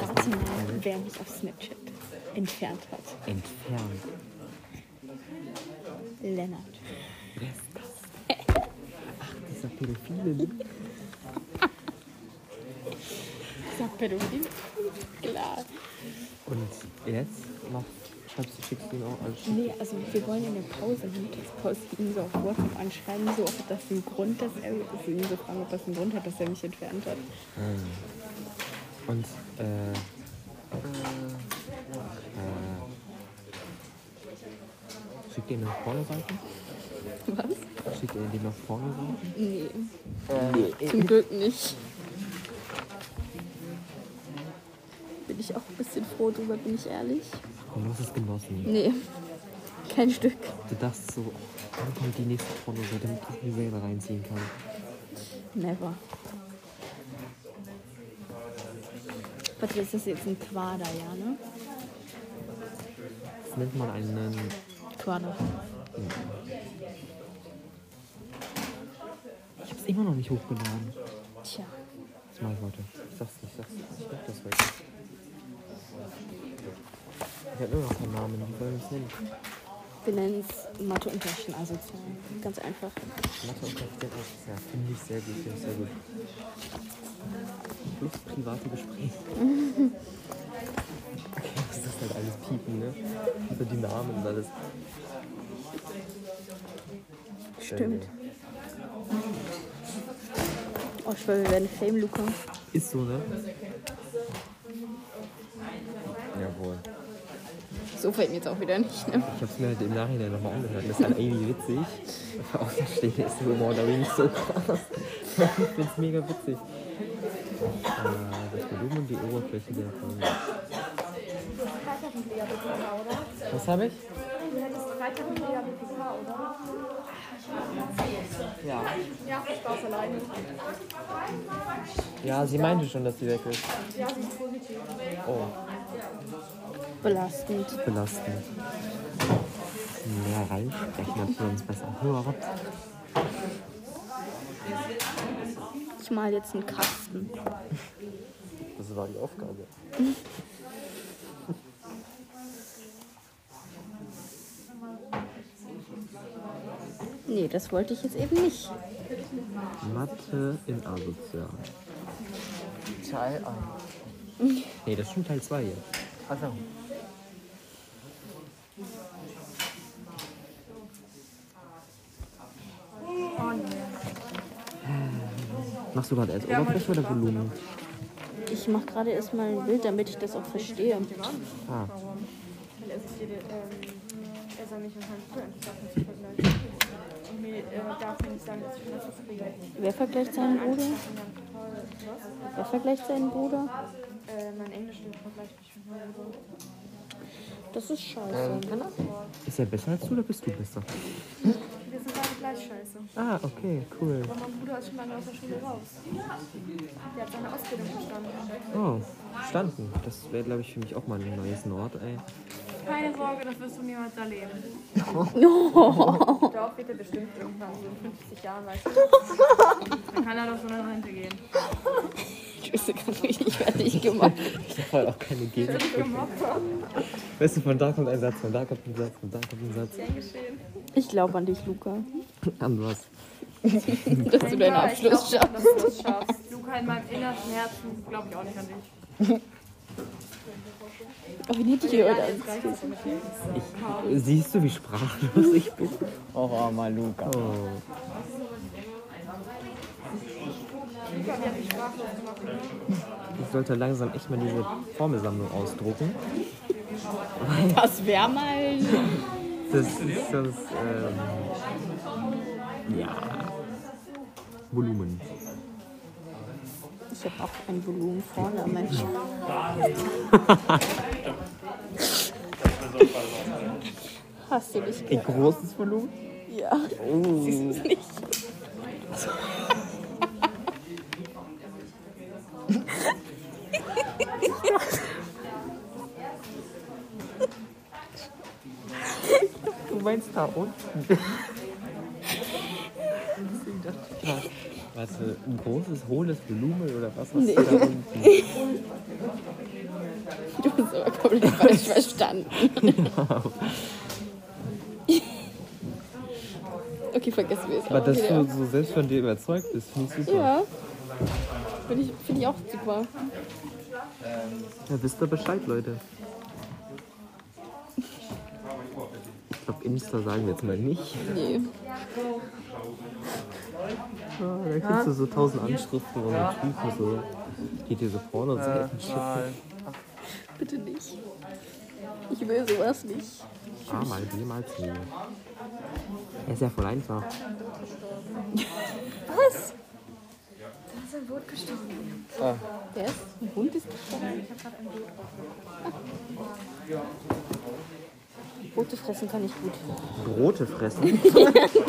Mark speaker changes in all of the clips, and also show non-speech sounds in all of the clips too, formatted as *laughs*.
Speaker 1: rausnehmen, wer mich auf Snapchat entfernt hat.
Speaker 2: Entfernt.
Speaker 1: Lennart.
Speaker 2: Wer ist das? Ach, dieser Pädophile.
Speaker 1: Dieser Pädophil. Klar.
Speaker 2: Und jetzt mach, schreibst du, schickst du ihn auch alles
Speaker 1: Nee, also wir wollen in der Pause Mittagspost ihn so auf WhatsApp anschreiben, so ob das einen Grund dass er also ihn so fragen, ob das einen Grund hat, dass er mich entfernt hat.
Speaker 2: Und, äh, äh, schickt ihr ihn nach vorne reiten?
Speaker 1: Was?
Speaker 2: Schickt ihr den nach vorne reiten?
Speaker 1: Nee. Zum Glück nicht. Bin ich auch ein bisschen froh drüber, bin ich ehrlich.
Speaker 2: Und du hast es genossen.
Speaker 1: Nee. Kein Stück.
Speaker 2: Du dachtest so, oh, wann kommt die nächste Porno, so damit ich mich selber reinziehen kann.
Speaker 1: Never. Warte, ist das jetzt ein Quader, ja, ne?
Speaker 2: Das nennt man einen ähm,
Speaker 1: Quader.
Speaker 2: Ich hab's immer noch nicht hochgeladen.
Speaker 1: Tja.
Speaker 2: Das mach ich heute. Ich sag's nicht, ich sag's nicht. Ich mach das heute. Ich hab immer noch keinen Namen. Wie wollen wir es nennen?
Speaker 1: Wir nennen es Mathe-Unterrichten asozial. Ganz einfach.
Speaker 2: Mathe und Verständnis. Ja, finde ich sehr gut. Finde ich sehr gut. Plus private Gespräche. *laughs* Okay, das ist halt alles piepen, ne? So die Namen und alles.
Speaker 1: Stimmt. Oh, ich schwöre, wir werden Fame, Luca.
Speaker 2: Ist so, ne? Jawohl.
Speaker 1: So fällt mir jetzt auch wieder nicht, ne?
Speaker 2: Ich hab's mir halt im Nachhinein nochmal angehört. Das ist halt irgendwie witzig. Für Außenstehende ist der Humor da nicht so krass. *laughs* ich find's mega witzig. Äh, das Volumen und die Oberfläche der Folge.
Speaker 3: Freitag ein BABPK, oder?
Speaker 2: Was habe ich?
Speaker 3: Du hättest Freitag ein BABPK, oder?
Speaker 2: Ja.
Speaker 3: Ja, ich war alleine.
Speaker 2: Ja, sie meinte schon, dass sie weg ist.
Speaker 3: Ja, sie ist positiv.
Speaker 2: Oh,
Speaker 1: Belastend.
Speaker 2: belastend. Mehr reinsprechen, dass wir uns besser hören.
Speaker 1: Ich mal jetzt einen Kasten.
Speaker 2: Das war die Aufgabe.
Speaker 1: Nee, das wollte ich jetzt eben nicht.
Speaker 2: Mathe in Asozial.
Speaker 4: Teil 1.
Speaker 2: Nee, das ist schon Teil 2 jetzt.
Speaker 4: Also,
Speaker 2: Machst du gerade erst Oberfläche oder Volumen?
Speaker 1: Ich mache gerade erstmal ein Bild, damit ich das auch verstehe.
Speaker 2: Ah,
Speaker 3: Weil er sich jede, ähm, er soll mich mit seinen Schulentschlafen zu vergleichen. Und mir äh, darf mir nicht sagen, dass ich von das vergleiche.
Speaker 1: Wer vergleicht seinen Bruder?
Speaker 3: Was?
Speaker 1: Wer vergleicht seinen Bruder?
Speaker 3: Äh, mein Englisch vergleicht mich schon mal so.
Speaker 1: Das ist scheiße.
Speaker 2: Ähm, ist er besser als du oder bist du besser?
Speaker 3: Wir sind beide gleich scheiße.
Speaker 2: Ah, okay, cool.
Speaker 3: Aber mein Bruder ist schon lange aus der Schule raus. Der hat seine Ausbildung bestanden.
Speaker 2: Oh, verstanden. Das wäre, glaube ich, für mich auch mal ein neues Nord, ey.
Speaker 3: Keine Sorge, das wirst du niemals erleben. Doch, wird er bestimmt irgendwann, so in 50 Jahren, weißt du. Dann kann er doch so in Rente gehen.
Speaker 1: Ich wüsste gar nicht, ich werde nicht gemacht.
Speaker 2: Ich habe halt auch keine Gegend. Weißt du, von da kommt ein Satz, von da kommt ein Satz, von da kommt ein Satz.
Speaker 1: Ich glaube an dich, Luca.
Speaker 2: An was?
Speaker 1: Dass du deinen Abschluss
Speaker 3: glaub,
Speaker 1: schaffst.
Speaker 3: dass du das schaffst. Luca, in meinem innersten Herzen glaube ich auch nicht an dich.
Speaker 1: Oh, wie nett die heute an.
Speaker 3: Vielleicht hast du mit dir.
Speaker 2: Siehst du, wie sprachlos ich bin?
Speaker 4: auch armer Luca.
Speaker 2: Oh.
Speaker 3: Luca, wir haben dich sprachlos gemacht.
Speaker 2: Ich sollte langsam echt mal diese Formelsammlung ausdrucken.
Speaker 1: Das wäre mal.
Speaker 2: Das ist das, ähm, ja, Volumen.
Speaker 1: Ich habe auch ein Volumen vorne an meinem Sch- Hast du dich
Speaker 2: Ein
Speaker 1: gehört?
Speaker 2: großes Volumen?
Speaker 1: Ja.
Speaker 2: Oh.
Speaker 1: Siehst du es nicht?
Speaker 2: Du meinst da unten? Warte, ein großes, hohles Volumen oder was hast du da unten? *laughs* Genau.
Speaker 1: *laughs* Okay, vergessen wir es.
Speaker 2: Aber dass
Speaker 1: okay,
Speaker 2: du so selbst von dir überzeugt bist, finde ich super.
Speaker 1: ja. ja. Finde ich, find ich auch super.
Speaker 2: Ja, wisst ihr Bescheid, Leute. Ich glaube, Insta sagen wir jetzt mal nicht.
Speaker 1: Nee.
Speaker 2: Ah, da kriegst du so tausend Anschriften von den Typen, so, die dir so vorne und Seiten schicken.
Speaker 1: Bitte nicht. Ich will sowas nicht.
Speaker 2: A Ah, mal B mal C. Ja, ist ja voll einfach.
Speaker 1: Was?
Speaker 3: Das ist ein Boot gestorben.
Speaker 1: Der ist ein Hund ist gestorben. Rote fressen kann ich *laughs* gut.
Speaker 2: Brote fressen?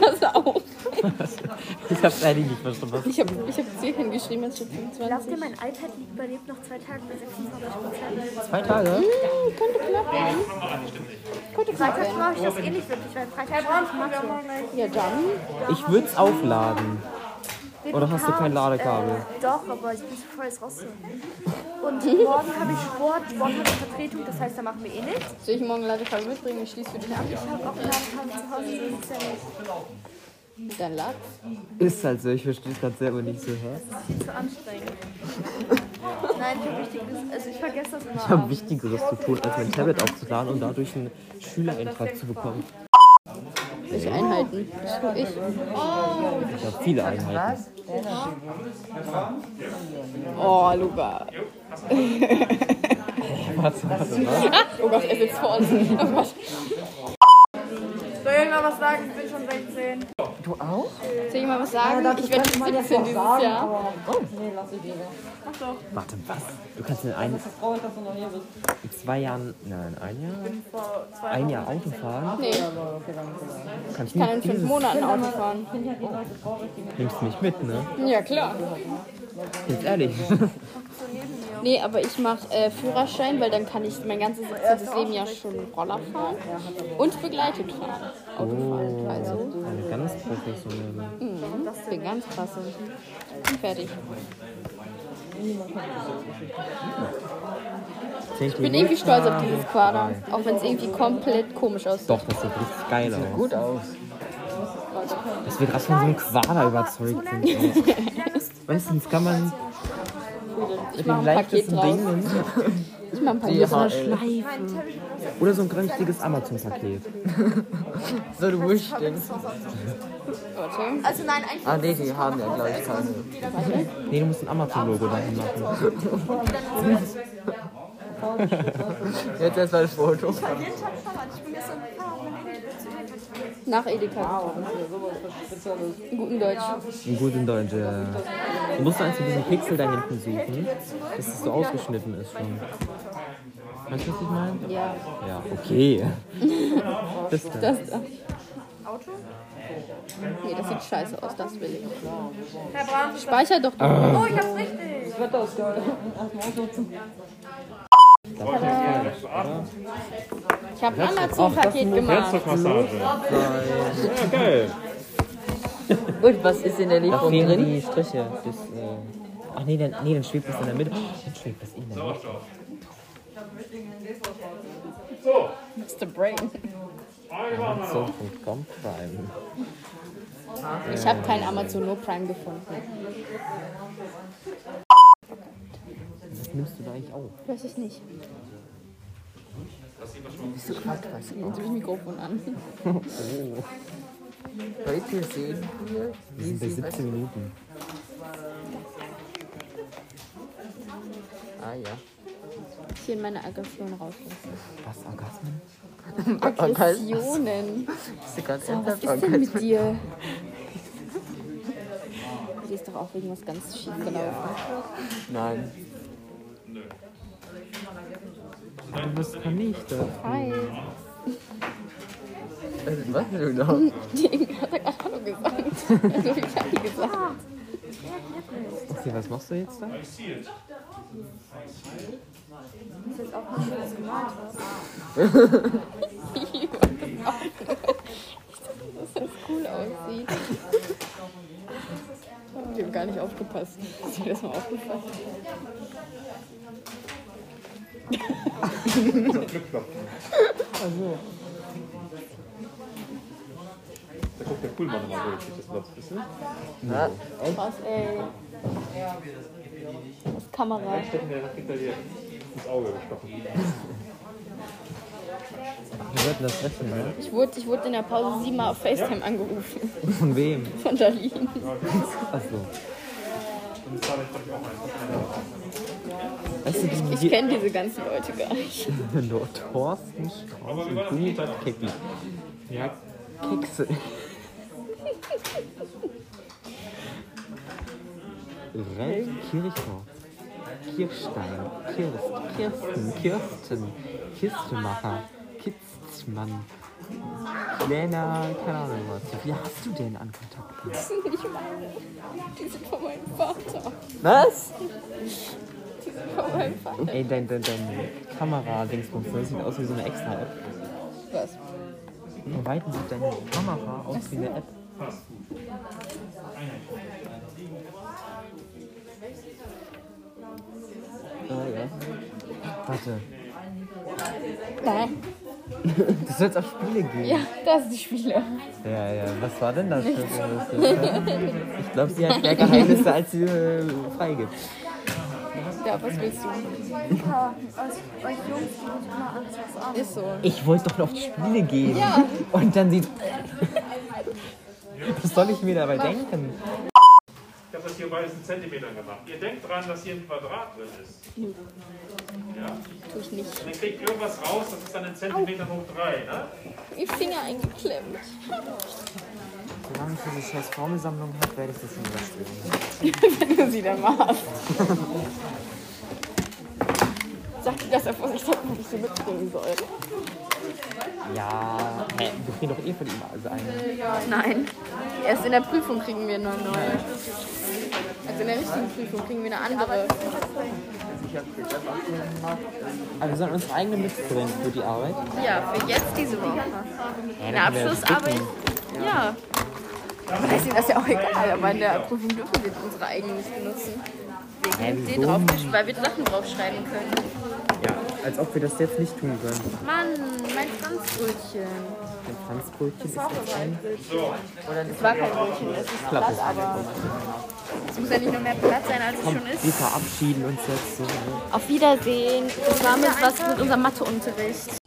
Speaker 1: Das auch.
Speaker 2: *laughs* Ich hab's ehrlich nicht verstanden.
Speaker 1: Ich habe ich hab 10 hingeschrieben, jetzt steht 25.
Speaker 5: Glaubt ihr, mein iPad liegt bei lebt noch zwei Tagen bei 26 Prozent?
Speaker 2: Zwei Tage?
Speaker 1: Hm, könnte knapp werden. Könnte knapp
Speaker 5: Freitags
Speaker 1: werden.
Speaker 5: brauche ich das eh nicht wirklich, weil Freitag brauche ich Mathe.
Speaker 1: Ja, dann.
Speaker 2: Ich würde es aufladen. Oder hast du kein Ladekabel?
Speaker 5: Äh, doch, aber ich bin zu voll, es rauszuholen. Und morgen habe ich Sport, morgen habe ich Vertretung, das heißt, da machen wir eh nichts.
Speaker 1: Soll ich morgen Ladekabel mitbringen? Ich schließe für dich ab.
Speaker 5: Ich habe auch Ladekabel zu Hause, so ist es ja nicht.
Speaker 1: Dann lad.
Speaker 2: Ist halt so, ich verstehe es gerade selber nicht so. Hä?
Speaker 5: Das ist viel zu anstrengend. Nein, ich habe richtig, also ich vergesse das
Speaker 2: Ich
Speaker 5: immer.
Speaker 2: habe Wichtigeres zu tun, als mein Tablet aufzuladen und dadurch einen Schülereintrag zu bekommen.
Speaker 1: Welche Einheiten? Das will ich.
Speaker 2: Ich habe viele Einheiten.
Speaker 1: Oh, Luca.
Speaker 2: Warte, warte, was?
Speaker 1: Oh Gott, er sitzt vor uns. *laughs* Oh Gott.
Speaker 3: Soll ich euch mal was sagen? Ich bin schon 16.
Speaker 1: Soll ich mal was sagen? ich werde 17 dieses Jahr.
Speaker 3: Mach doch.
Speaker 2: Warte, was? Du kannst in ein... In zwei Jahren... Nein, ein Jahr?
Speaker 3: Bin vor zwei
Speaker 2: Ein
Speaker 3: Wochen
Speaker 2: Jahr Auto
Speaker 3: 16.
Speaker 2: fahren?
Speaker 1: Nee,
Speaker 2: Kann ich
Speaker 1: ich kann in
Speaker 2: nicht
Speaker 1: fünf
Speaker 2: dieses...
Speaker 1: Monaten Auto fahren.
Speaker 2: Nimmst mich mit, ne?
Speaker 1: Ja, klar.
Speaker 2: Jetzt ehrlich. *laughs*
Speaker 1: Nee, aber ich mache äh, Führerschein, weil dann kann ich mein ganzes 17. Leben ja schon Roller fahren und begleitet fahren. Auto fahren. Also,
Speaker 2: Eine ganz professionelle.
Speaker 1: ich bin ganz krass. Fertig.
Speaker 2: Ich
Speaker 1: Ich bin irgendwie stolz auf dieses Quader, auch wenn es irgendwie komplett komisch aussieht.
Speaker 2: Doch, das sieht richtig geil aus.
Speaker 4: Gut aus.
Speaker 2: Dass wir gerade von so einem Quader überzeugt sind. Meistens kann man
Speaker 1: Ich mache
Speaker 2: den
Speaker 1: ein Paket
Speaker 2: leichtesten
Speaker 1: draus.
Speaker 2: Ding nehmen.
Speaker 1: Ich mache ein Paket draus.
Speaker 2: Oder so ein grünstiges Amazon-Paket.
Speaker 4: So, du wischst den.
Speaker 1: Warte.
Speaker 5: Also nein, eigentlich
Speaker 4: Ah, nee, die haben ja, glaube ich, keine.
Speaker 2: Nee, du musst ein Amazon-Logo dahin machen.
Speaker 4: *laughs* Jetzt erstmal das Foto.
Speaker 5: jeden Tag Fahrrad. Ich bin gestern gefahren, mein Handy wird zu dir.
Speaker 1: Nach Edeka. In gutem Deutsch.
Speaker 2: Ein gut in Deutsch, ja. Du musst einfach diesen Pixel da hinten suchen, dass es so ausgeschnitten ist schon. Weißt du, was ich meine?
Speaker 1: Ja.
Speaker 2: Ja, okay. Das da.
Speaker 1: Das. Auto? Nee, das sieht scheiße aus, das will ich.
Speaker 3: Herr Brandt, ich
Speaker 1: Speicher doch.
Speaker 3: Oh, ich hab's richtig.
Speaker 1: Ich habe ein Amazon-Paket gemacht.
Speaker 6: Herzogmassage. Ja, geil.
Speaker 4: Und was ist in der
Speaker 2: Da
Speaker 4: Lieferung
Speaker 2: fehlen
Speaker 4: drin?
Speaker 2: die Striche. Das, äh... Ach nee, dann, nee, dann schwebt das in der Mitte. Oh, dann schwebt das in der Mitte.
Speaker 1: Mr. Brain.
Speaker 2: Amazon.com Prime.
Speaker 1: Ich habe kein Amazon No Prime gefunden.
Speaker 2: Was nimmst du da eigentlich auf?
Speaker 1: Weiß ich nicht. Jetzt habe ich Mikrofon an.
Speaker 4: Heute sehen wir,
Speaker 2: Wir
Speaker 4: wie
Speaker 2: sind bei
Speaker 4: sie.
Speaker 2: 17 Minuten.
Speaker 4: Ah, ja.
Speaker 1: Ich will meine Aggression rauslassen.
Speaker 2: Was, Orgasmen?
Speaker 1: Aggressionen.
Speaker 4: Ist sie gerade
Speaker 1: Was
Speaker 4: ernsthaft?
Speaker 1: ist denn mit dir? Die ist doch auch wegen was ganz schief gelaufen.
Speaker 4: Nein.
Speaker 2: Du bist vernichtet.
Speaker 1: Hi.
Speaker 4: Also, Was denn du noch?
Speaker 1: Die hat er gerade Hallo gesagt. Also ich habe die gesagt.
Speaker 2: Okay, was machst du jetzt da?
Speaker 1: Ich wollte das auch nicht. Ich dachte, dass das cool aussieht. Ich habe gar nicht aufgepasst. Ist dir das mal aufgefallen?
Speaker 6: Da guckt der Kuhlmann immer durch. Das ist das bisschen.
Speaker 4: Na,
Speaker 1: Krass, ey. Das ist Kamera.
Speaker 6: Steffen, der hat hinter dir ins Auge gestochen.
Speaker 2: Wir sollten das rechnen, ne?
Speaker 1: Ich wurde, ich wurde in der Pause siebenmal auf FaceTime angerufen.
Speaker 2: Von wem?
Speaker 1: Von Darlene.
Speaker 2: Achso.
Speaker 6: Und das war ich, glaub ich, auch ein.
Speaker 2: Weißt du, die,
Speaker 1: Ich kenne diese ganzen Leute gar nicht.
Speaker 2: Hallo, Thorsten Strauß und Gunther Kecki.
Speaker 6: Ja,
Speaker 2: Kekse. Ralf Kirchhoff. Kirstein. Kirst. Kirsten. Kirsten. Kirstemacher. Kitzmann. Kleiner, keine Ahnung was. Wie viel hast du denn an Kontakten?
Speaker 1: Das sind nicht meine. Die sind von meinem Vater.
Speaker 4: Was?
Speaker 1: Die sind von meinem Vater.
Speaker 2: Ey, dein, dein, dein Kamera-Dingsbums, ne? sieht aus wie so eine extra App.
Speaker 1: Was?
Speaker 2: Im Weiten sieht deine Kamera aus wie eine App.
Speaker 4: Ah, ja.
Speaker 2: Warte.
Speaker 1: Nein.
Speaker 4: Das soll jetzt auf Spiele gehen.
Speaker 1: Ja, das sind die Spiele.
Speaker 2: Ja, ja, was war denn das für ein
Speaker 4: Ich glaube, sie hat mehr Geheimnisse, als sie äh, freigibt.
Speaker 1: Ja, was willst du?
Speaker 5: Super. Also, euch Jungs, die sind immer alles was an.
Speaker 1: Ist so.
Speaker 2: Ich wollte doch auf Spiele gehen.
Speaker 1: Ja.
Speaker 2: Und dann sieht. Was soll ich mir dabei denken?
Speaker 6: Ich habe das hier beides in Zentimetern gemacht. Ihr denkt dran, dass hier ein Quadrat drin ist. Ja? Und
Speaker 1: Tue ich nicht.
Speaker 6: ihr kriegt irgendwas raus, das ist dann in Zentimeter hoch 3, ne?
Speaker 1: Die Finger eingeklemmt.
Speaker 4: Solange ich diese scheiß Formelsammlung habe, werde ich das nie
Speaker 1: *laughs*
Speaker 4: verstehen.
Speaker 1: Wenn sie dann mal Sagt ihr das einfach, ich hätte nicht so mitbringen sollen.
Speaker 2: Ja. Hä, wir kriegen doch eh von ihm also einen.
Speaker 1: Nein. Erst in der Prüfung kriegen wir eine neue. Also in der richtigen Prüfung kriegen wir eine andere.
Speaker 2: Aber wir sollen unsere eigene mitbringen für die Arbeit.
Speaker 1: Ja, für jetzt diese Woche.
Speaker 2: Ja,
Speaker 1: Eine Abschlussarbeit. Ja. Da ist ihnen das ja auch egal, aber in der Prüfung dürfen wir unsere eigenen nicht benutzen.
Speaker 2: Hä,
Speaker 1: Wegen
Speaker 2: wieso?
Speaker 1: den drauf, weil wir Sachen draufschreiben können.
Speaker 2: Ja, als ob wir das jetzt nicht tun können.
Speaker 1: Mann, mein Franzbrötchen.
Speaker 2: Ein Franzbrötchen ist jetzt ein
Speaker 1: Es war kein Brötchen, es ist
Speaker 2: Klappes.
Speaker 1: Platz, aber es muss ja nicht nur mehr Platz sein, als es schon ist.
Speaker 2: Wir verabschieden uns jetzt so. ne?
Speaker 1: Auf Wiedersehen. Das war mit was mit unserem Matheunterricht.